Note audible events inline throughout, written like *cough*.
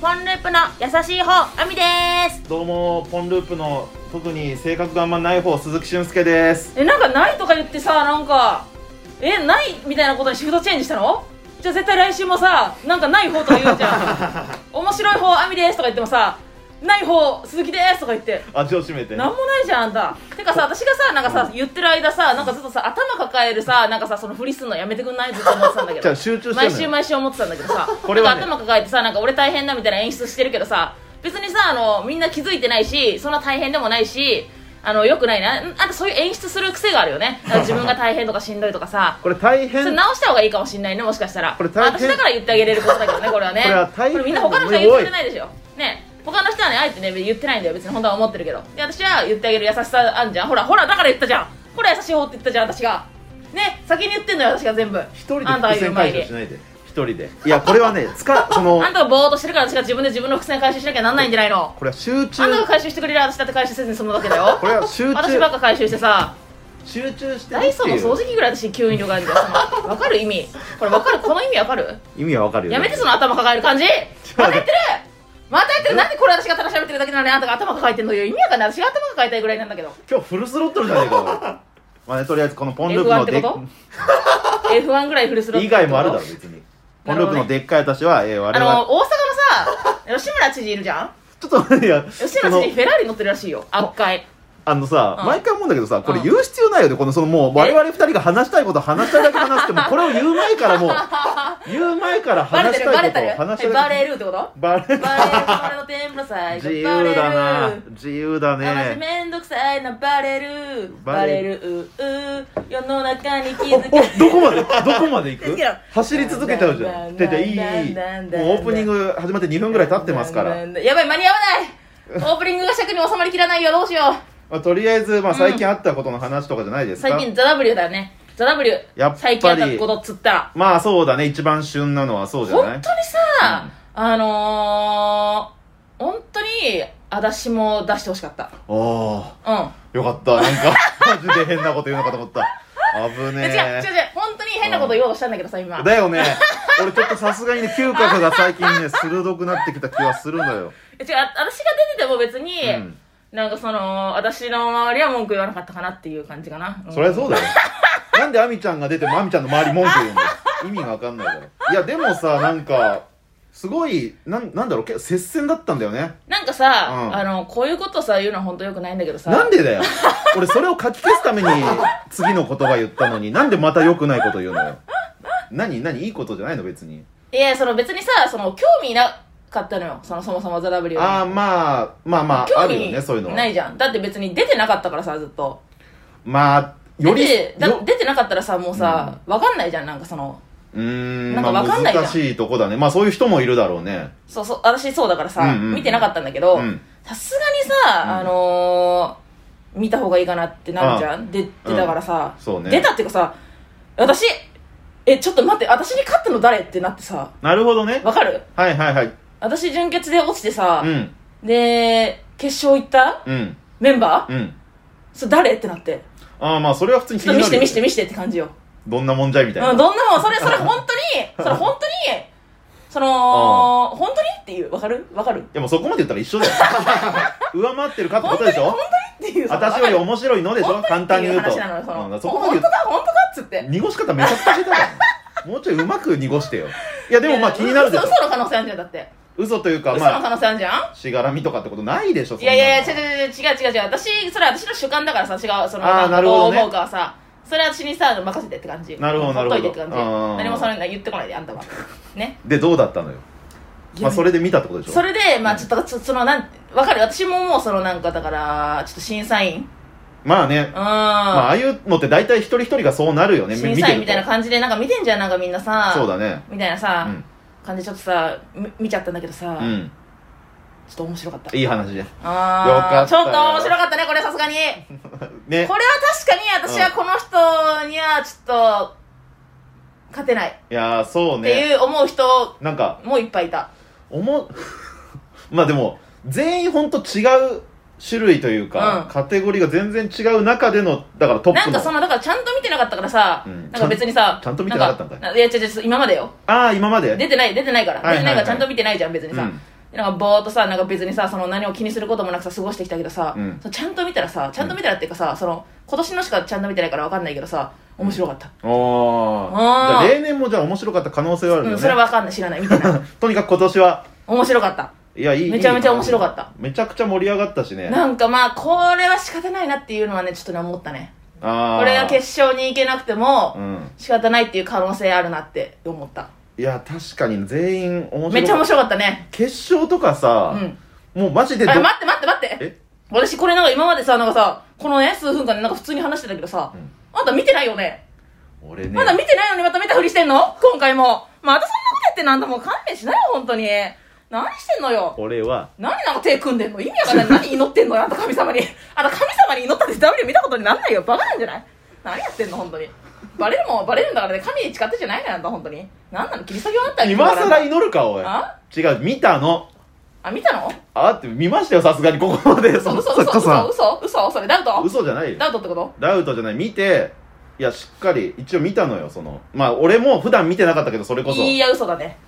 ポンループの優しい方あみですどうもポンループの特に性格があんまない方鈴木俊介ですえなんかないとか言ってさなんかえないみたいなことにシフトチェンジしたのじゃあ絶対来週もさなんかない方とか言うじゃん *laughs* 面白い方あみですとか言ってもさない方鈴木ですとか言って味を占めてなんもないじゃんあんたてかさ私がさなんかさ言ってる間さなんかずっとさ頭抱えるさなんかさそのふりすんのやめてくんないずっと思ってたんだけ *laughs* じゃあど集中して毎るの週よ毎週思ってたんだけどさ *laughs* これはねなんか頭抱えてさなんか俺大変だみたいな演出してるけどさ別にさあのみんな気づいてないしそんな大変でもないしあのよくないなあとそういう演出する癖があるよねだから自分が大変とかしんどいとかさこれ *laughs* 大それ変直した方がいいかもしんないねもしかしたらこれ大変私だから言ってあげれることだけどねこれはねこれは大変これみんな他の人は言ってくれないでしょね他の人はねあえてね言ってないんだよ別に本当は思ってるけどで私は言ってあげる優しさあんじゃんほらほらだから言ったじゃんほら優しい方って言ったじゃん私がね先に言ってんのよ私が全部一人であんたが伏言う線前回に収しないで一人でいやこれは *laughs* ね使そのあんたがぼーっとしてるから私が自分で自分の伏線回収しなきゃなんないんじゃないのこれは集中あんたが回収してくれる私だって回収せずに済むわけだよこれは集私ばっ中か回収してさ集中してるダイソーのってい掃う除機ぐらい私吸引力があるんだよその分かる意味これ分かるこの意味分かる意味はわかるよねやめてその頭抱える感じまたやってるまたやってるなんでこれ私がただ喋ってるだけなのにあんたが頭抱えてんのよ意味わかんない私が頭抱えたいぐらいなんだけ *laughs* ど今日フルスロットルじゃね *laughs* えかお前まあねとりあえずこのポンループ F1 のってでこと F1 ぐらいフルスロットル以外もあるだろ別にポンループのでっかい私は、えー、あ我々の大阪のさ吉村知事いるじゃんちょっといや吉そ村の知事フェラーリ乗ってるらしいよ赤いあのさ、うん毎回思うんだけどさ、これうん言う必要ないよね。この、そのもう、我々二人が話したいこと話したいだけ *laughs* 話しても、これを言う前からもう、言う前からバレ話てしるバたレいこてとをる話したいえバだけ。レるってことバレバレる俺の天ぷら最自初由バレるだな自由だマジね。めんどくさいなバレるババレレるるうう世の中に気お、おづか、どこまで、どこまで *laughs* 行好くきな走り続けちゃうじゃん。だんだてんて、いい、いい。もうだんだんオープニング始まって2分ぐらい経ってますから。やばい間に合わないオープニングが尺に収まりきらないよどうしようまあ、とりあえず、まあ、最近あったことの話とかじゃないですか。最近ザ・ W だよねザ・ W やっぱり最近あったことっつったらまあ、そうだね。一番旬なのはそうじゃ本当ないにさ、あのー、本当に私も出してほしかったおー。うんよかった。なんか、マジで変なこと言うのかと思った。危違う違うね違うえ。本当に変なこと言おうとしたんだけどさ今だよね。俺ちょっとさすがにね、嗅覚が最近ね、鋭くなってきた気はするのよ。え違うあ私が出てても別に、うんなんかその私の周りは文句言わなかったかなっていう感じかな、うんそりゃそうだよ。なんでアミちゃんが出てもアミちゃんの周り文句言うんだよ。意味がわかんないから。いや、でもさ、なんか、すごい、なん、なんだろう、け接戦だったんだよね。なんかさ、うんあのこういうことさ言うのは本当よくないんだけどさなんでだよ。俺それを書き消すために、次の言葉言ったのに、なんでまた良くないこと言うのよ。何何いいことじゃないの別に。いやその別にさその興味なかったのよそのそもそも「ザ・ w にああ、まあ、まあまあ、あ興るよ味ね、そういうのは。ないじゃんだって別に出てなかったからさずっとまあ、より、出てだよ出てなかったらさもうさ、わかんないじゃんなんかそのうーん、なんかまあわかんないじゃん難しいとこだね。まあそういう人もいるだろうね。そうそう私そうだからさ、うんうんうん見てなかったんだけどうんさすがにさ、あのー、見た方がいいかなってなるじゃんで出たからさ、そうね出たっていうかさ私えちょっと待って私に勝ったの誰ってなってさなるほどね。わかるはいはいはい。私準決で落ちてさ、うん、で決勝行ったうん、メンバー、うん。それ誰ってなってああ、まあそれは普通に気ちょっにとな見るしよて見して見してって感じよどんなもんじゃいみたいな。うん、どんなもん、それ、それ、本当に、それ、本当に、その、本当にっていう、わかるわかるでもそこまで言ったら一緒だよ。 *laughs* 上回ってるかってことでしょっていう、私より面白いのでしょ簡単に言う本当にっと。ていう話なのうよ、んそその、本こまで言当うだ、本当だっつって。濁し方めちゃくちゃ下手だよ。もうちょいうまく濁してよ。いやでもまあ気になるでしょ嘘。嘘の可能性あるじゃん、だって。嘘というか、嘘のまあ、可能性あるじゃんしがらみとかってことないでしょ、そんいなやのいやいや、違う違う違う、違う違う違う。私、それ私の主観だからさ、私が、その、あーなるほどね思うかはさ、それ私にさ、任せてって感じ。なるほどなるほどほっといてって感じ。うん何もそれ言ってこないで、あんたは。ね。で、どうだったのよ。まあそれで見たってことでしょ。それで、まあちょっと、ちょっとその、なん、わかる私ももう、その、なんか、だから、ちょっと審査員。うん。まあね、まあ、ああいうのって大体一人一人がそうなるよね、み審見査て員るみたいなと。感じでなんか見てんじゃんなんかみんなさそうだね。みたいなうさ、ん。感じでちょっとさみ見ちゃったんだけどさ、うちょん。っと面白かったいい話で。よあかあったちょっと面白かったねこれさすがにこれねは。確かに私はこの人にはちょっと勝てないいやー、そうってね。いう思う人なんか、もいっぱいいた、おも、 *laughs* まあでも、全員ほんと違う種類というか、うんカテゴリーが全然違う中での、だからトップの。なんかそのだからちゃんと見てなかったからさ、うんなんか別にさちゃんと見てなかったんかいいいや違う違う今までよああ、今まで出てない出てないから、はいはいは出ていないからちゃんと見てないじゃん別にさ、うんでなんかぼーっとさなんか別にさその何を気にすることもなくさ過ごしてきたけどさ、うんそのちゃんと見たらさちゃんと見たらっていうかさ、その今年のしかちゃんと見てないから分かんないけどさ面白かった、あああー例年もじゃあ面白かった可能性はあるうんよね、それは分かんない知らないみたいな *laughs* とにかく今年は面白かったいやいいめちゃめちゃ面白かったいいめちゃくちゃ盛り上がったしねなんかまあこれは仕方ないなっていうのはねちょっとね思ったねああこれが決勝に行けなくてうもん仕方ないっていう可能性あるなって思ったいや確かに全員面白いめっちゃ面白かったね決勝とかうさ、んもうマジでどあ待って待って待ってえ私これなんか今までさなんかさこのね数分間でなんか普通に話してたけどさ、うんあんた見てないよね俺ねまだ見てないのにまた見たふりしてんの今回もまたそんなことやってなんだもう勘弁しないよ本当に何してんのよ俺は何なんか手組んでんの意味わかんない何祈ってんのよあんた神様にあんた神様に祈ったって W 見たことになんないよバカなんじゃない何やってんの本当にバレるもんバレるんだからね神に誓ってじゃないのよあんた本当に何なの切り裂きはあんた今ら更祈るかおいあ違う見たのあ見たのあって見ましたよさすがにここまで嘘の嘘作嘘家さん嘘嘘嘘それダウト嘘じゃないよダウトってことダウトじゃない見ていやしっかり一応見たのよそのまあ俺も普段見てなかったけどそれこそいや嘘だね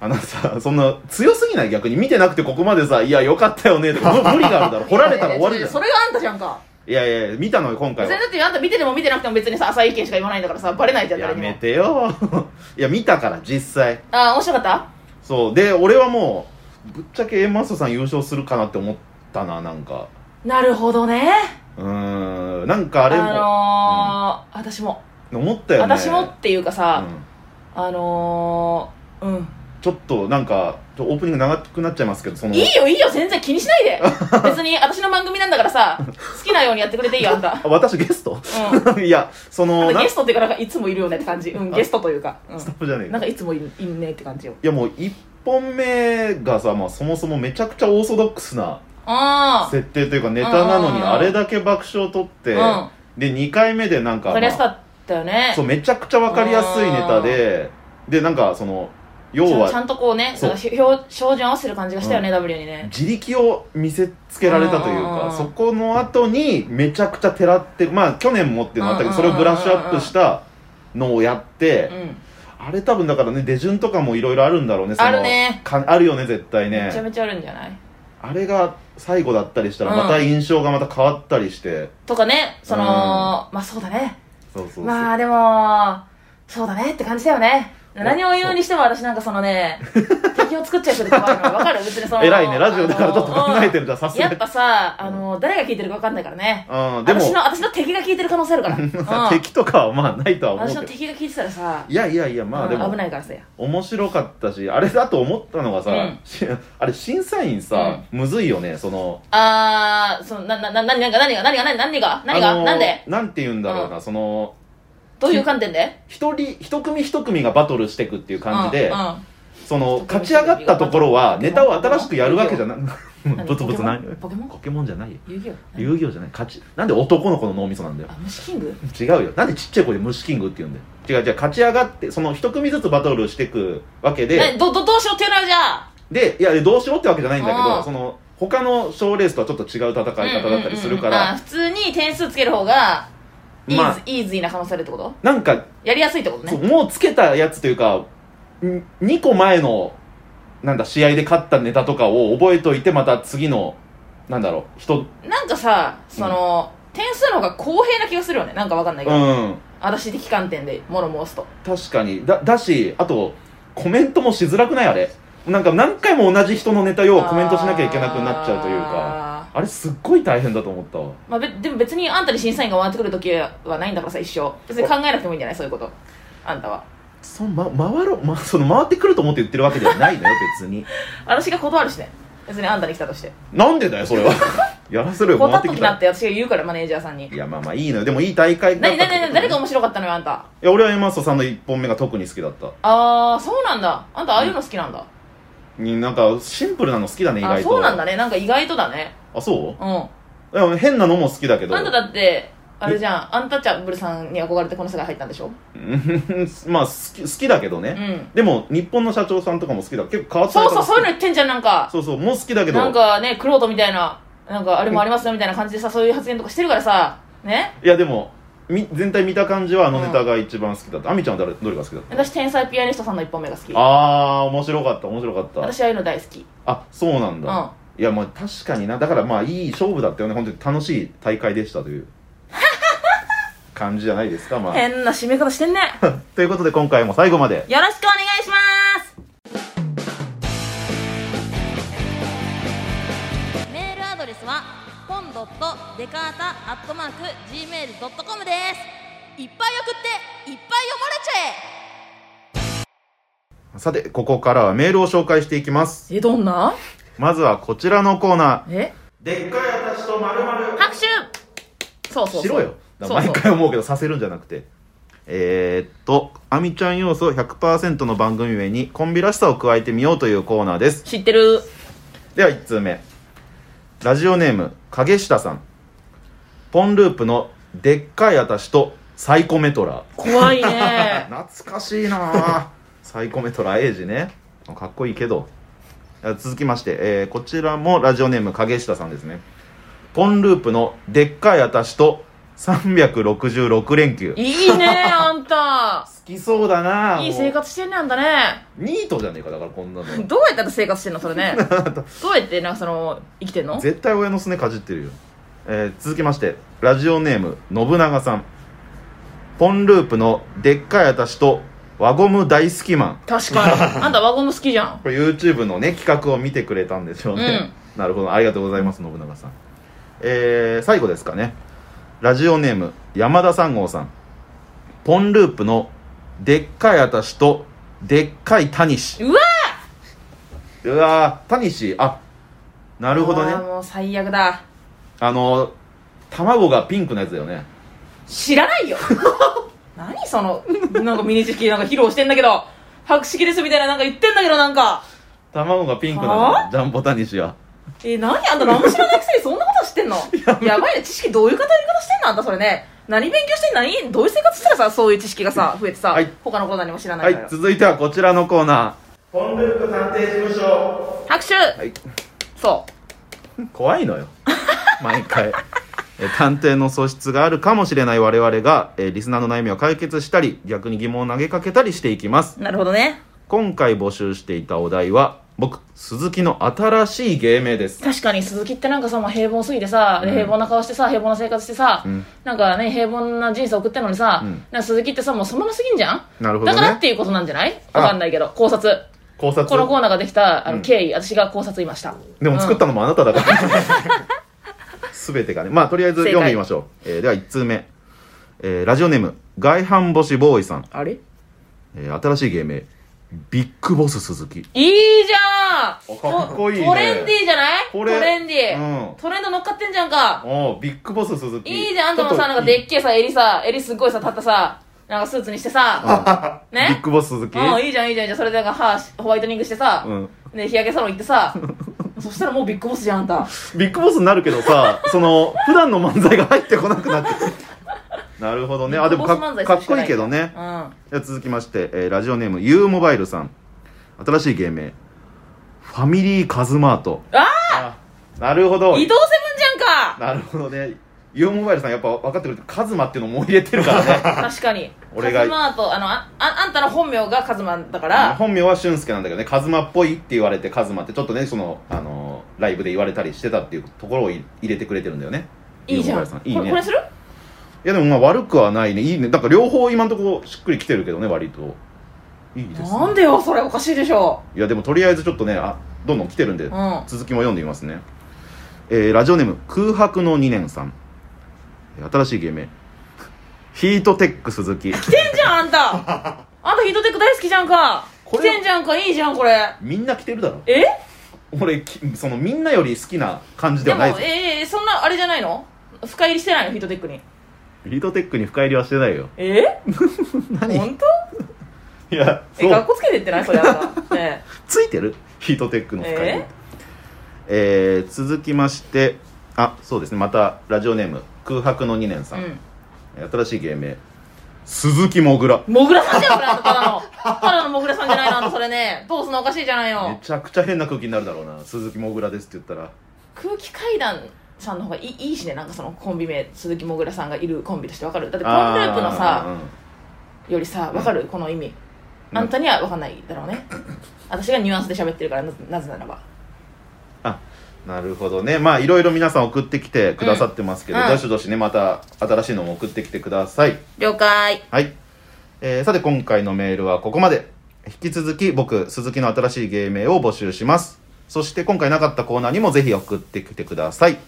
あのさそんな強すぎない逆に見てなくてここまでさ「いやよかったよね」とか無無理があるだろ掘られたら終わりじゃんそれがあんたじゃんかいやいや見たのよ今そ回れはだってあんた見てても見てなくても別にさ浅い意見しか言わないんだからさバレないじゃんや誰にめもてよ *laughs* いや見たから実際あー面白かったそうで俺はもうぶっちゃけ A マッソさん優勝するかなって思ったななんかなるほどねうーんなんかあれも、あのー私も思ったよね私もっていうかうさ、んあのーうんちょっとなんかちょオープニング長くなっちゃいますけどそのいいよいいよ全然気にしない *laughs* で別に私の番組なんだからさ好きなようにやってくれていいよあん *laughs* たあ私ゲストうんいやそのあとなゲストっていうかなんかいつもいるよねって感じうんゲストというか、スタうッフじゃねえん、かなんかいつもいるいんねって感じよいやもう1本目がさ、まあ、そもそもめちゃくちゃオーソドックスなあ設定というかネタなのにうんあれだけ爆笑取って、うんで2回目でなあんか、分かりやすかまあったよねそうめちゃくちゃ分かりやすいネタででなんかその要ちゃんちゃはんとこうねそうなんか表照準合わせてる感じがしたよね、う W にね自力を見せつけられたといううかんそこの後にめちゃくちゃてらってまあ去年もっていうのあったけどそれをブラッシュアップしたのをやってうんあれ多分だからね出順とかもいろいろあるんだろうねそのあるねかあるよね絶対ねめちゃめちゃあるんじゃないあれが最後だったりしたらうんまた印象がまた変わったりして、とかねその、うんまあそうだねそうそうそう、まあでもそうだねって感じだよね何を言うにしても私なんかその *laughs* ね敵を作っちゃう人で怖いの分かる別にその偉いねラジオだからちょっと考えてるるんださすがやにっぱさあの誰が聞いてるか分かんないからねうんでも私の私の敵が聞いてる可能性ある *laughs* から、うん、敵とかはまあないとは思私うのけど敵が聞いてたらさ、いやいやいやまあでうもん危ないからさや面白かったしあれだと思ったのがさ、うんしあれ審査員さ、むずいよねそのあーそのななな何が何が何が何が何が何が、あのーなんでなんて言うんだろうな、そのどういう観点で一人一組一組がバトルしてくっていう感じで、うんうんその勝ち上がったところはネタを新しくやるわけじゃない *laughs* ブツブツないポケモンポケモンじゃないよ遊戯王遊戯王じゃない勝ちなんで男の子の脳みそなんだよあ虫キング違うよなんでちっちゃい子で虫キングって言うんだよ違う違う勝ち上がってその一組ずつバトルしてくわけでえどどどうしようっていうのよじゃあでいやどうしようってわけじゃないんだけうどんその他の賞レースとはちょっと違う戦い方だったりするかうんうんうんあら普通に点数つける方がイーズ、まあイーズイな可能性あるってことなんかやりやすいってことそうねもうつけたやつというか2個前のなんだ試合で勝ったネタとかを覚えといてまた次のなんだろう人なんかさその、点数の方が公平な気がするよねなんかわかんないけうど、ん私的観点で物申すと確かにだだしあとコメントもしづらくないあれなんか何回も同じ人のネタ用をコメントしなきゃいけなくなっちゃうというかかあれすっごい大変だと思ったわまあ、べでも別にあんたに審査員が回ってくる時はないんだからさ一生別に考えなくてもいいんじゃないそういうことあんたはその、ま、回ろう、ま、 *laughs* その回ってくると思って言ってるわけではないのよ別に私が断るしね別にあんたに来たとしてなんでだよそ *laughs* れはやらせろよ断回っってとききなたって私が言うからマネージャーさんにいやまあまあいいのよでもいい大会だっ何た何何誰がい面白かったのよあんたや俺はエマッソさんの1本目が特に好きだったああそうなんだあんたああいうの好きなんだ、になんかシンプルなの好きだね意あ外とそうなんだねなんか意外とだねあそううでも変なのも好きだけんどあんただってあれじゃんアンタッチャブルさんに憧れてこの世界入ったんでしょうん *laughs* まあ好き好きだけどね、うんでも日本の社長さんとかも好きだ結構変わったそうそうそういうのう言ってんじゃんなんかそうそうもう好きだけどなんかねクロートみたいななんかあれもありますよみたいな感じでさそういう発言とかしてるからさねいやでもみ全体見た感じはあのネタが一番好きだった、あみちゃんは誰どれが好きだった私天才ピアニストさんの一本目が好きああ面白かった面白かった私ああいうの大好きあそうなんだ、うんいやまあ確かになだからまあいい勝負だったよね本当に楽しい大会でしたという *laughs* 感じじゃないですかまあ変な締め方してんねということで今回も最後までよろしくお願いしますメールアドレスはポンドットデカータアットマーク Gmail.com ですいっぱい送っていっぱい読まれちゃさてここからはメールを紹介していきますええどんなまずはこちらのコーナえーでっかい私とまるまる拍手そうそうそうしろよだからそうそ毎う回思うけどさせるんじゃなくてえー、っとあみちゃん要素100%の番組名にコンビらしさを加えてみようというコーナーです知ってるでは1通目ラジオネーム影下さんポンループのでっかい私とサイコメトラ怖い *laughs* ね懐かしいなあサイコメトラエイジねかっこいいけどあ続きまして、えーこちらもラジオネーム影下さんですねポンループのでっかい私と366連休好いいねあんたきそうだなあいい生活してんねあんたねもうニートじゃねえかだからこんなのどうやって生活してんのそれ *laughs* ねどうやってなんかその生きてんの絶対親のすねかじってるよ、えー続きましてラジオネーム信長さんポンループのでっかい私と輪ゴム大好きマン確か *laughs* にあんた輪ゴム好きじゃんこれ YouTube のね企画を見てくれたんでしょうね、なるほどありがとうございます信長さんえー、最後ですかねラジオネーム山田三郷さんポンループのでっかい私とでっかいタニシうわうわータニシあなるほどねあーもう最悪だあの卵がピンクのやつだよね知らないよ *laughs* 何そのなんかミニチュアなんか披露してんだけど白色ですみたいななんか言ってんだけどなんか卵がピンクなはのジャンボタニシはえー、何あんた何も知らないくせにそんなこと知ってんのやばいね知識どういう語り方してんのあんたそれね何勉強してんの何どういう生活したらさそういう知識がさ増えてさ、はい他のこと何も知らなはいいから、続いてはこちらのコーナーポンループ探偵事務所拍手、はいそう怖いのよ *laughs* 毎回え探偵の素質があるかもしれない我々がえリスナーの悩みを解決したり逆に疑問を投げかけたりしていきますなるほどね今回募集していたお題は僕鈴木の新しい芸名です確かに鈴木ってなんかさもう平凡すぎてさ、うん平凡な顔してさ平凡な生活してさ、うんなんかね平凡な人生送ってんのにさ、うんなんか鈴木ってさもうそのまますぎんじゃんなるほどだねからっていうことなんじゃないあわかんないけど考察考察このコーナーができたあうんの経緯、私が考察いましたでも作ったのもあなただ *laughs* から。すべてがね。まあ、とりあえず読んでみましょう。えーでは、1通目。えーラジオネーム、外反母子ボーイさん。あれいえー新しい芸名、ビッグボス鈴木。いじゃんかっこいいねトレンディーじゃないこトれレンディー、うんトレンド乗っかってんじゃんかおービッグボス鈴木。いいじゃんあんたもさなんかちょでっけえさ襟さ襟すっごいさ立ったさなんかスーツにしてさっといいビッねグボス鈴木。うんいいじゃんいいじゃんいいじゃんそれでなんか歯ホワイトニングしてさ、うんで日焼けサロン行って *laughs* さそしたらもうビッグボスじゃんあんたビッグボスになるけど *laughs* さ、その、普段の漫才が入ってこなくなって。なるほどね。あ、でもかビッグボス漫っ才かっするしかこいないいけどね。うんでは続きまして、えーラジオネーム U モバイルさん新しい芸名ファミリーカズマートああなるほど伊藤セブンじゃんかなるほどね U モバイルさんやっぱ分かってくれてカズマっていうのも入れて *laughs* るからね *laughs* 確かに俺がカズマとあのあああんたの本名がカズマだから本名は俊介なんだけどねカズマっぽいって言われてカズマってちょっとねその、あのーライブで言われたりしてたっていうところをい入れてくれてるんだよねいいじゃん U モバイルさんいいこれねこれするいやでもまあ悪くはないねいいねだから両方今のところしっくりきてるけどね割といいですねなんでよそれおかしいでしょいやでもとりあえずちょっとねあどんどん来てるんで、ん続きも読んでみますね、えーラジオネーム空白の2年さんえー新しい芸名ヒートテック鈴木来てんじゃんあん *laughs* たあんたヒートテック大好きじゃんかこ来れてんじゃんかいいじゃんこれみんな来てるだろえ俺きそのみんなより好きな感じでではもないぞえー、そんなあれじゃないの深入りしてないのヒートテックにヒートテックに深入りはしてないよえ何本当いやえそ学う校つけてってないそれあんたねついてるヒートテックの深入り、ええー続きましてあそうですねまたラジオネーム空白の2年さ *laughs* えん、うんえー新しい芸名鈴木もぐらもぐらさんじゃんこれあんたただのただのもぐらさんじゃないのあんたそれねどうすんのおかしいじゃないめのちゃくちゃ変な空気になるだろうな鈴木もぐらですって言ったら空気階段さんの方がいいいいしねなんかそのコンビ名鈴木もぐらさんがいるコンビとしてわかるだってポンループのさよりさわかるこの意味うんあんたにはわかんないだろうね私がニュアンスで喋ってるからななぜならばあなるほどねまあいろいろ皆さん送ってきてくださってますけど、うんどしどしねまた新しいのも送ってきてください了解はい、えーさて今回のメールはここまで引き続き僕鈴木の新しい芸名を募集しますそして今回なかったコーナーにもぜひ送ってきてください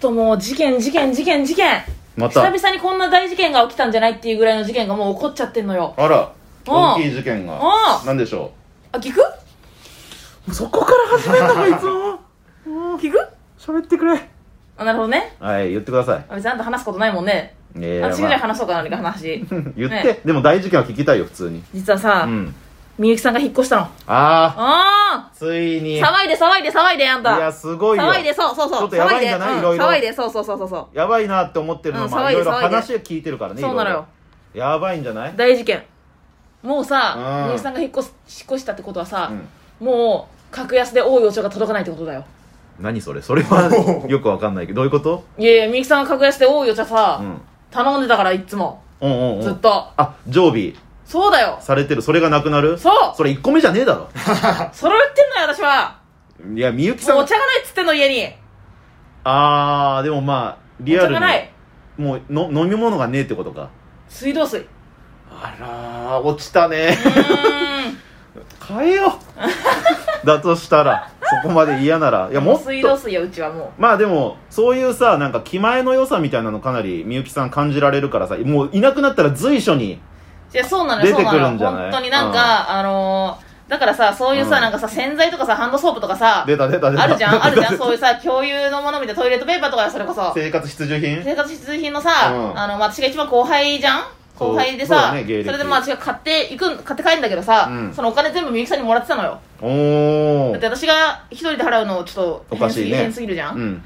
ともう事件事件事件事件ま久た々にこんな大事件が起きたんじゃないっていうぐらいの事件がもう起こっちゃってんのよあらお大きい事件がお何でしょあ聞くうそこから始めたのいつも *laughs* 聞く喋ってくれあなるほどねはい言ってくださいあ別にあんた話すことないもんねえ私ぐらいまあ話そうか何か話 *laughs* 言って、ねでも大事件は聞きたいよ普通に実はうさんみゆきさんが引っ越したのああーついーにい騒いで騒いで騒いであんたやすごいよ騒いでそうそうそうちょっとやばいんじゃない騒いろいろうん騒いでそうそうそうそうそやばいなって思ってるのも、うんま騒あいでいろいろ騒いで話は聞いてるからうねそうなのよいろいろやばいんじゃない大事件もうさうんみゆきさんが引っ越す引っ越したってことはさうんもう格安で多いお茶が届かないってことだよ何それそれはよくわかんないけどどういうこと、いやいやみゆきさんが格安で多いお茶うさん、頼んでたからいっつもうんうんうずっんとあ常備そうだよされてるそれがなくなるそうそれ1個目じゃねえだろそれを言ってんのよ私はいやみゆきさもうんお茶がないっつってんの家にあーでもまあリアお茶ルがないにもうの飲み物がねえってことか水道水うあらー落ちたねーん変えよ *laughs* うだとしたらそこまで嫌ならいやもっ水道と水ようちはもまあでもそういうさなんか気前の良さみたいなのかなりみゆきさん感じられるからさもういなくなったら随所にういやそうなのよ出てくるんじそうゃなのないよ本当になんか、あのーだからさそういうさ、うんなんかさ洗剤とかさハンドソープとかさ出た出た出たあるじ *laughs* ゃんあるじゃんそういうさ共有のものみたいなトイレットペーパーとかそれこそ生活必需品生活必需品のさ、うんあのまあ私が一番後輩じゃんそう後輩でそうさだね芸歴れでまあ私が買っていくん買って帰るんだけどさ、うんそのお金全部みゆきさんにもらってたのよおだってー私が一人で払うのちょっとおか変しすいぎ,、ねすぎるじゃん、うん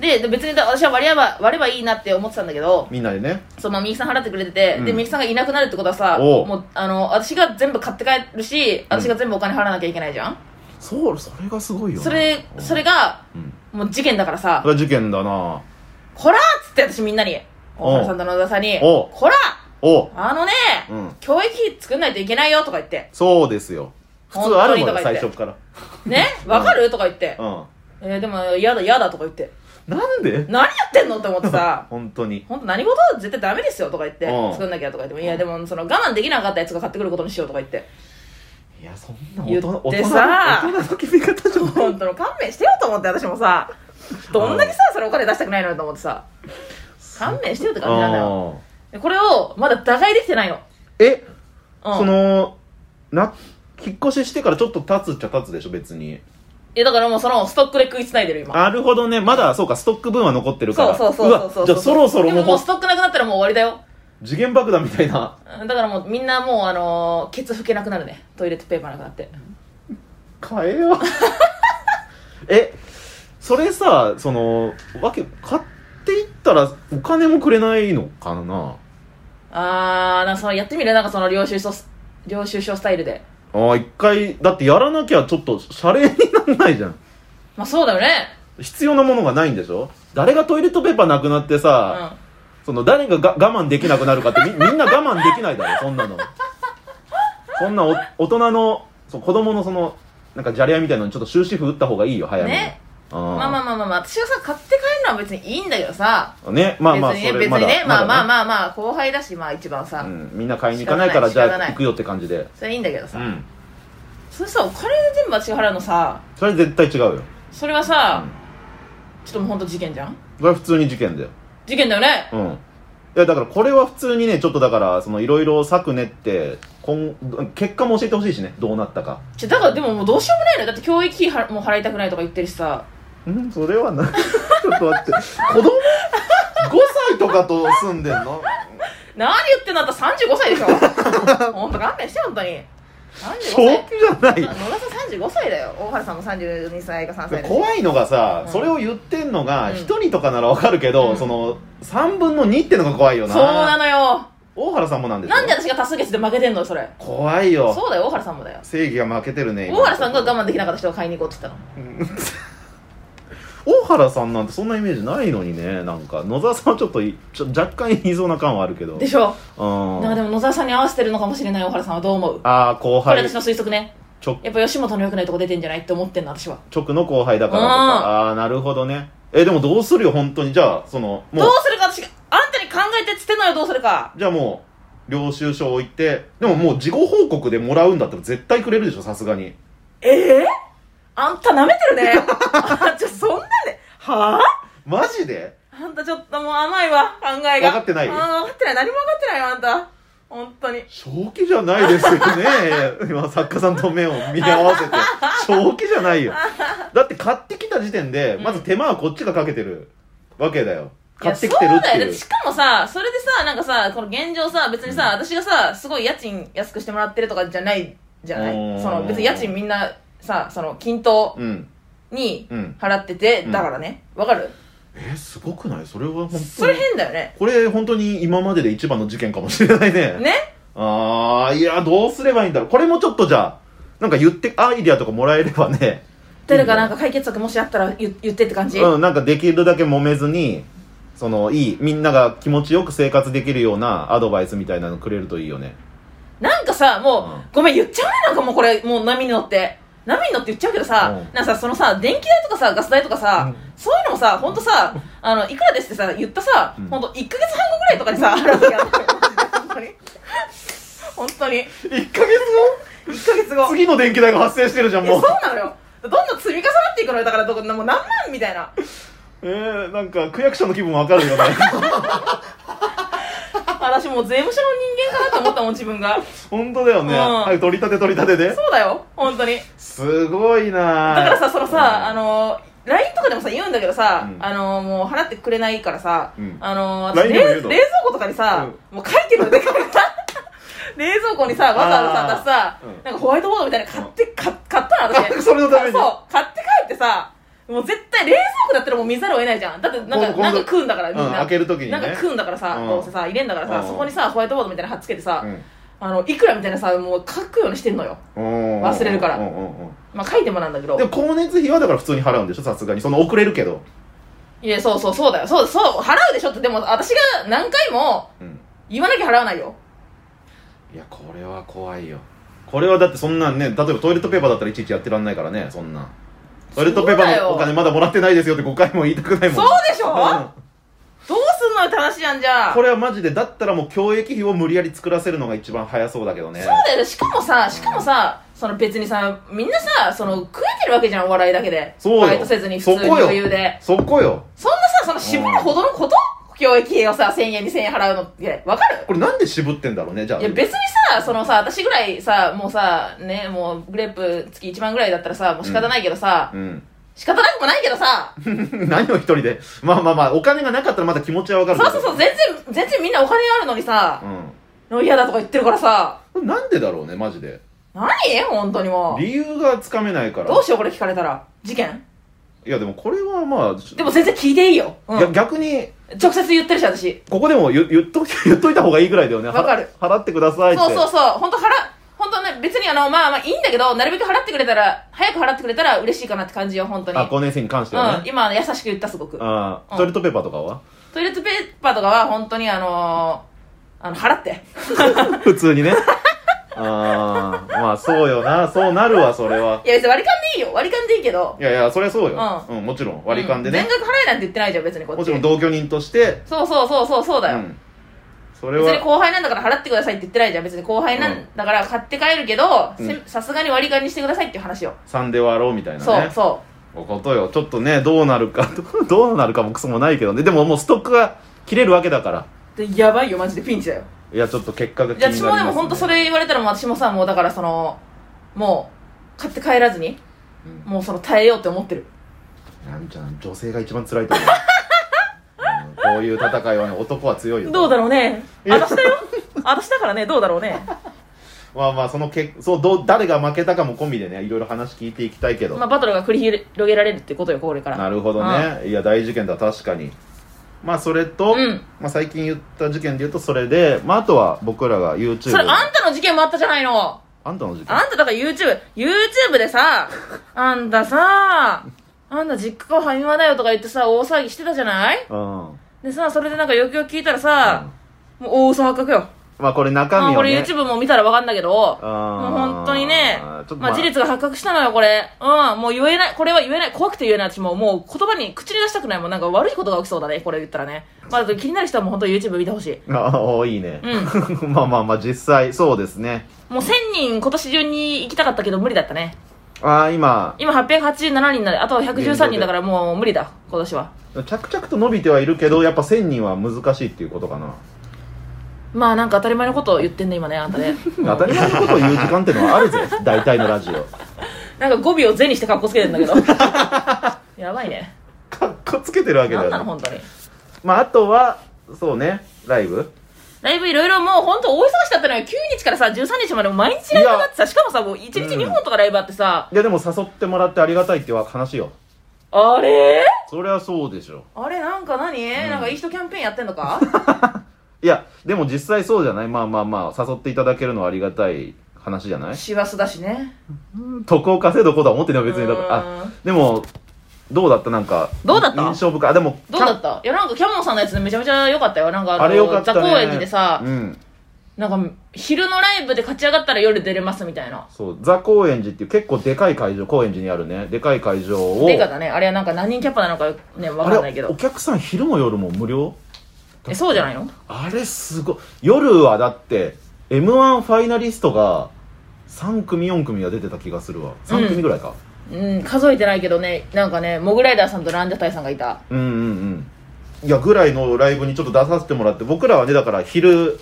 でで別にだ私は割れば割ればいいなって思ってたんだけどみんなでねそうまあみゆきさん払ってくれてて、うんでみゆきさんがいなくなるってことはさおうもうあの私が全部買って帰るし私が全部お金払わなきゃいけないじゃん、そうそれがすごいよなそれそれがうんもう事件だからさそれは事件だな「こら!」っつって私みんなにお大う原さんと野田さんに「おうこらおあのね、うん教育費作んないといけないよ」とか言ってそうですよ普通あ本当るもんにとよか言最って初から「ねわかる?」とか言ってうん「えーでも嫌だ嫌だ」とか言ってなん「で何やってんの?」って思ってさ本当に本当何事絶対ダメですよとか言ってうん作んなきゃとか言っていやでもその我慢できなかったやつが買ってくることにしようとか言っていやそんな言大って人さ大人大人の決め方じゃない本当の勘弁してよと思って私もさどんだけさそれお金出したくないのよと思ってさ勘弁してよって感じなんだよあでこれをまだ打開できてないの、ーえうん、そのな引っ越ししてからちょっと経つっちゃ経つでしょ別にいやだからもうそのストックで食いつないでる今なるほどねまだそうかストック分は残ってるかそうらそうそうそうそうわじゃあそろそろでもももううストックなくなったらもう終わりだよ次元爆弾みたいなうんだからもうみんなもうあのーケツ拭けなくなるねトイレットペーパーなくなって変 *laughs* えようえそれさそのわけ買っていったらお金もくれないのかなあーなんかそのやってみるなんかその領収書ス領収書スタイルでああ一回だってやらなきゃちょっと謝礼になんないじゃんまあそうだよね必要なものがないんでしょ誰がトイレットペーパーなくなってうさ、んその誰がが我慢できなくなるかってみみんな我慢できないだろそんなのそんなお大人のそう子供のそのなんかじゃれ合いみたいなのにちょっと終止符打った方がいいよ早めにねあーまあまあまあまあまあ、私はさ、買って帰るのは別にいいんだけどさ。ねまあまあ別にそね、れ別まにだね、まあまああまあまあ、後輩だし、まあ一番さ、うん、みんな買いに行かないから仕じ方ないゃあ行くよって感じでそれいいんだけどさ。うんそれさ、お金で全部私が払うのさ、それ絶対違うよそれはさ、ちょっともうほんと事件じゃんそれは普通に事件だよ事件だよねうんいやだからこれは普通にねちょっとだからそのいろいろ策ねって今結果も教えてほしいしねどうなったかちょだからでももうどうしようもないのよだって教育費はもう払いたくないとか言ってるしさ。うんそれはな *laughs* ちょっと待って子供5歳とかと住んでんの何言ってんのあんた35歳で *laughs* しょほんと勘弁して、ほんとに。35正歳気じゃない野田さん35歳だよ。大原さんも32歳か3歳で。怖いのがさ、うんそれを言ってんのがうん一、人とかならわかるけど、うんその3分の2ってのが怖いよなそうなのよ。大原さんもなんですなんで私が多数決で負けてんのよそれ。怖いよそうだよ、大原さんもだよ。正義が負けてるね大原さんが慢我慢できなかった人が買いに行こうって言ったのうん大原さんなんてそんなイメージないのにねなんか野沢さんはちょっといちょ若干言いそうな感はあるけどでしょうんなんかでも野沢さんに合わせてるのかもしれない大原さんはどう思う、ああこ後れ輩私の推測ね直やっぱ吉本の良くないとこ出てんじゃないって思ってんの私は直の後輩だからとうんかああーなるほどねえでもどうするよ本当にじゃあそのもどううするか私があんたに考えてっつってんのよどうするかじゃあもう領収書置いてでももう事後報告でもらうんだったら絶対くれるでしょさすがにええあんた舐めてる *laughs* ねあちょそんなんではあマジであんたちょっともう甘いわ考えが分かってないあー分かってない何も分かってないよあんた本当に正気じゃないですよ *laughs* ね今作家さんと目を見合わせて正気じゃないよだって買ってきた時点でまず手間はこっちがかけてるわけだよ買ってきてるっていやそうだよいだうてしかもさそれでさなんかさこの現状さ別にさ、私がさすごい家賃安くしてもらってるとかじゃないじゃなういんその別に家賃みんなさその均等うんにうん払ってて、うんだからねわかるえすごくないそれは本当にそれ変だよねこれ本当に今までで一番の事件かもしれないねねああいやどうすればいいんだろうこれもちょっとじゃあなんか言ってアイディアとかもらえればね誰かなんか解決策もしあったら言言ってって感じ、うん、なんかできるだけ揉めずに、そのいい、みんなが気持ちよく生活できるようなアドバイスみたいなのくれるといいよね。なんかさもう、うんごめん言っちゃうねなんかもうこれもう波に乗って波に乗って言っちゃうけどさ、うんなんかさそのさ電気代とかさガス代とかさ、うそういうのもさ本当 *laughs* さあのいくらですってさ言ったさ、うんほん、本当1か月半後ぐらいとかにさ払う時あるのよ本当に1ヶ本月当に1か月後後い次の電気代が発生してるじゃん、やそもうう。なのよどんどん積み重なっていくのよだからどこもう何万みたいなえー、なんか区役所の気分わかるよ *laughs* ね。私もう税務署の人間かなと思ったもん自分が本当だよね。うんはい、取り立て取り立てで。そうだよ本当にすごいなだからさそのさ、あの、の LINE とかでもさ言うんだけどさ、うんあのもう払ってくれないからさ、うんあの LINE でも言冷うの冷蔵庫とかにさ、もう書いてるのでかいさ *laughs* 冷蔵庫にさわざわざさ私さ、あーうんなんかホワイトボードみたいなの買って、か買ったの私それのためにそう買って帰ってさもう絶対冷蔵庫だったらもう見ざるを得ないじゃんだってなん今か度なんか食うんだからみんな、うん開ける時にねなんか食うんだからさ、うんどうせさ入れんだからさ、うんそこにさホワイトボードみたいなの貼っつけてさ、うんあのいくらみたいなさもう書くようにしてんのようん忘れるからうんうんうんまあ書いてもなんだけどでも光熱費はだから普通に払うんでしょ、さすがに。その遅れるけど。いや、そうそう、そうだよ。そう、そう、払うでしょって、でも、私が何回もうん。言わなきゃ払わないよ。いや、これは怖いよ。これはだってそんなんね、例えばトイレットペーパーだったらいちいちやってらんないからね、そんなん。トイレットペーパそうだーよのお金まだもらってないですよって5回も言いたくないもそん。うでしょ、うどうすんのよって話じゃん、じゃんあ。これはマジで、だったらもう教育費を無理やり作らせるのが一番早そうだけどね。そうだよ。しかもさ、しかもさ、その別にさ、みんなさ、その、食えてるわけじゃん、お笑いだけで。そうよバイトせずに、普通にそこよ余裕で。そこよ。そんなさ、その、絞るほどのこと教育費をさ、1000円、2000円払うのって、わかるこれなんで渋ってんだろうね、じゃあ。いや別にさそのさ私ぐらいさもうさねもうグレープ月1万ぐらいだったらさもう仕方ないけどさ、うん。 *laughs* 仕方なくもないけどさ何を一人で。まあまあまあ、お金がなかったらまだ気持ちはわかるけそうどそうそう、全然、全然みんなお金あるのにさ、うん。の嫌だとか言ってるからさ、これなんでだろうね、マジで。何本当にも理由がつかめないかう。らどう。しよう、これ聞かれたら。事件いや、でもこれはまあ、でも全然聞いていいよ。うんいや逆に、直接言ってるし、私。ここでも言言っとき言っといた方がいいぐらいだよね。わかる払払ってくださいって。そうそうそう、本当払、本当ね、別にあの、まあまあいいんだけど、なるべく払ってくれたら、早く払ってくれたら嬉しいかなって感じよ、本当に。あ、高年生に関してはうん、ね。今優しく言った、すごく。あーうんトイレットペーパーとかは *laughs* トイレットペーパーとかは、本当にあのー、あの、払って。普通にね。ああ、まあそうよな。そうなるわ、それは。いや、別に割り勘でいいよ。割り勘でいいけど。いやいや、そりゃそうよ。ううん、もちろん。割り勘でねうん。全額払えなんて言ってないじゃん、別にこっち。もちろん同居人として。そうそうそうそう、そううだよ。ん。それ別には、後輩なんだから払ってくださいって言ってないじゃん別に後輩なうんんだから買って帰るけど、せうんさすがに割り勘にしてくださいっていう話を、 3で割ろうみたいなそうね。そおことよ。ちょっとね、どうなるか、 *laughs* どうなるかもクソもないけどね。でももうストックが切れるわけだから。うでやばいよマジでピンチだよいや、ちょっと結果が気にじゃなあり私もでもます、ね。本当それ言われたらもう私もさもうだからそのもう買って帰らずにうんもうその耐えようって思ってるなみちゃん女性が一番辛いと思う *laughs* うんこういう戦いはね男は強いよどうだろうねいや私だよ私だからねどうだろうねまあまあそのけそうどう誰が負けたかも込みでねいろいろ話聞いていきたいけど、まあバトルが繰り広げられるってことよこれからなるほどね、いや大事件だ確かにまあそれと、うんまあ、最近言った事件で言うとそれで、まあ、あとは僕らが YouTube それあんたの事件もあったじゃないのあんたの事件あんただから YouTube、YouTube でさ、あんたさ、あんた実家がファミマだよとか言ってさ、大騒ぎしてたじゃないうん、うんでさ、それでなんかよくよく聞いたらさ、もう大嘘発覚よ。まあこれ中身を、まね、あ、これ YouTube も見たらわかんだけど、もう本本当にね、まあ、事実が発覚したのよ、これ。うん、もう言えない、これは言えない、怖くて言えない、私もう、もう言葉に口に出したくないもん、なんか悪いことが起きそうだね、これ言ったらね。まあ、気になる人はもう本当 YouTube 見てほしい。あおいいね、 *laughs* まあまあまあ実際そうですねもう1000人今年中に行きたかったけど無理だったね。ああ今今887人で、あとは113人だからもう無理だ、今年は。着々と伸びてはいるけどやっぱ1000人は難しいっていうことかなまあなんか当たり前のことを言ってんね、今ね、あんたね。当たり前のことを言う時間ってのはある *laughs* ぜ大体のラジオなんか語尾を「ぜ」にして格好つけてん *laughs* だけどやばいねかっこつけてるわけだなんなよ、のね、本当にまああとはそうねライブライブいろいろもう本当大忙しだったのよ9日からさ13日までも毎日ライブがあってさしかもさもう1日うん2本とかライブあってさ、いやでも誘ってもらってありがたいっては話よあれそりゃそうでしょあれなんか何、なんかいい人キャンペーンやってんの *laughs* かいやでも実際そうじゃないまあまあまあ誘っていただけるのはありがたい話じゃない師走だしね渡航稼いどこうとは思ってない別にだからああでもどうだったなんかどうだった印象深いあでもどうだったいやなんかキャモンさんのやつめちゃめちゃ良かったよなんかのあれよかったねザ高円寺でさ、うんなんか昼のライブで勝ち上がったら夜出れますみたいなそうザ・高円寺っていう結構でかい会場高円寺にあるねでかい会場をでかだねあれはなんか何人キャパなのかねわあかんないけれおど客さん昼も夜も無料えそうじゃないのあれすごい夜はだって m 1ファイナリストが3組4組は出てた気がするわ3組ぐらいか、うん、数えてないけどね、なんかね、モグライダーさんとランジャタイさんがいた。うん、うんうんいやぐらいのライブにちょっと出させてもらって僕らはねだから昼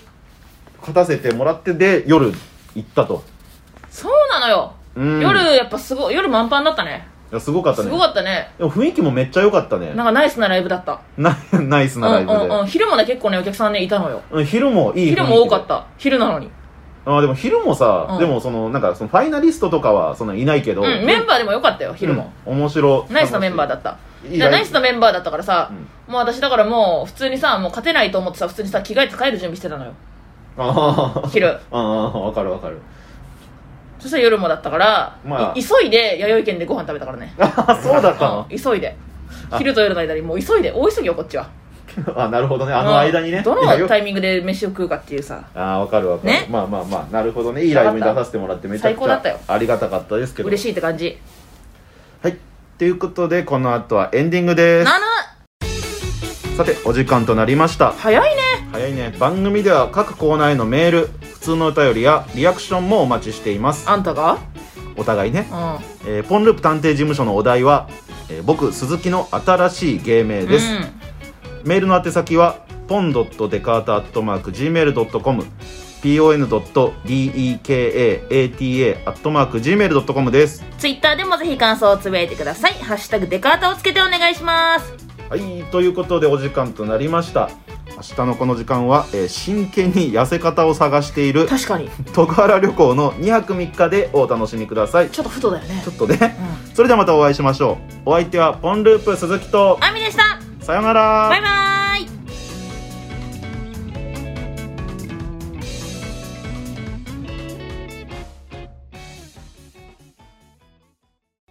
勝たせてもらってで夜行ったと、そうなのよ。うん、夜、いやっぱすごい、夜満帆だったね。やすごかったすねごかったね。でも雰囲気もめっちゃ良かったねなんかナイスなライブだった。な *laughs* ナイスなライブで、うんうんうん。昼もね、結構ね、お客さんね、いたのよ。うん昼もいい雰囲気で昼も多かった。昼なのに。あーでも昼もさ、うんでもそのなんかそのファイナリストとかはそんないないけど、うん、メンバーでもよかったよ、昼も。うん面白ナイスなメンバーだった。いいいやナイスなメンバーだったからさ、うんもう私だからもう、普通にさ、もう勝てないと思ってさ、普通にさ、着替えて帰る準備してたのよ。 *laughs* あー昼。あーわかるわかるそしたら夜もだったから、まあい急いで弥生県でご飯食べたからね。あそうだったうん、の急いで。昼と夜の間にもう急いで、大急ぎよ、こっちは。あなるほどねあの間にねどいやのよタイミングで飯を食うかっていうさあーわかるわかる、ねまあまあまあなるほどねいいライブに出させてもらってめちゃ最く高だっちたよゃありがたかったですけど嬉いしいって感じはいということでこの後はエンディングですななさてお時間となりました早いね早いね番組では各コーナーへのメール普通のお便りやリアクションもお待ちしていますあんたがお互いねう、んえーポンループ探偵事務所のお題は、えー僕鈴木の新しい芸名です、うメールの宛先はポンドットデカータアットマーク Gmail.com pon.dekata アットマーク Gmail.com ですん、ツイッターでもぜひ感想をつぶやいてください「ハッシュタグデカータ」をつけてお願いしますはいということでお時間となりました明日のこの時間は、えー真剣に痩せ方を探している確かに徳原旅行の2泊3日でお楽しみくださいちちょっとふとだよねょっとねうんそれではまたお会いしましょうお相手はポンループ鈴木とあみでしたさようならバイバーイ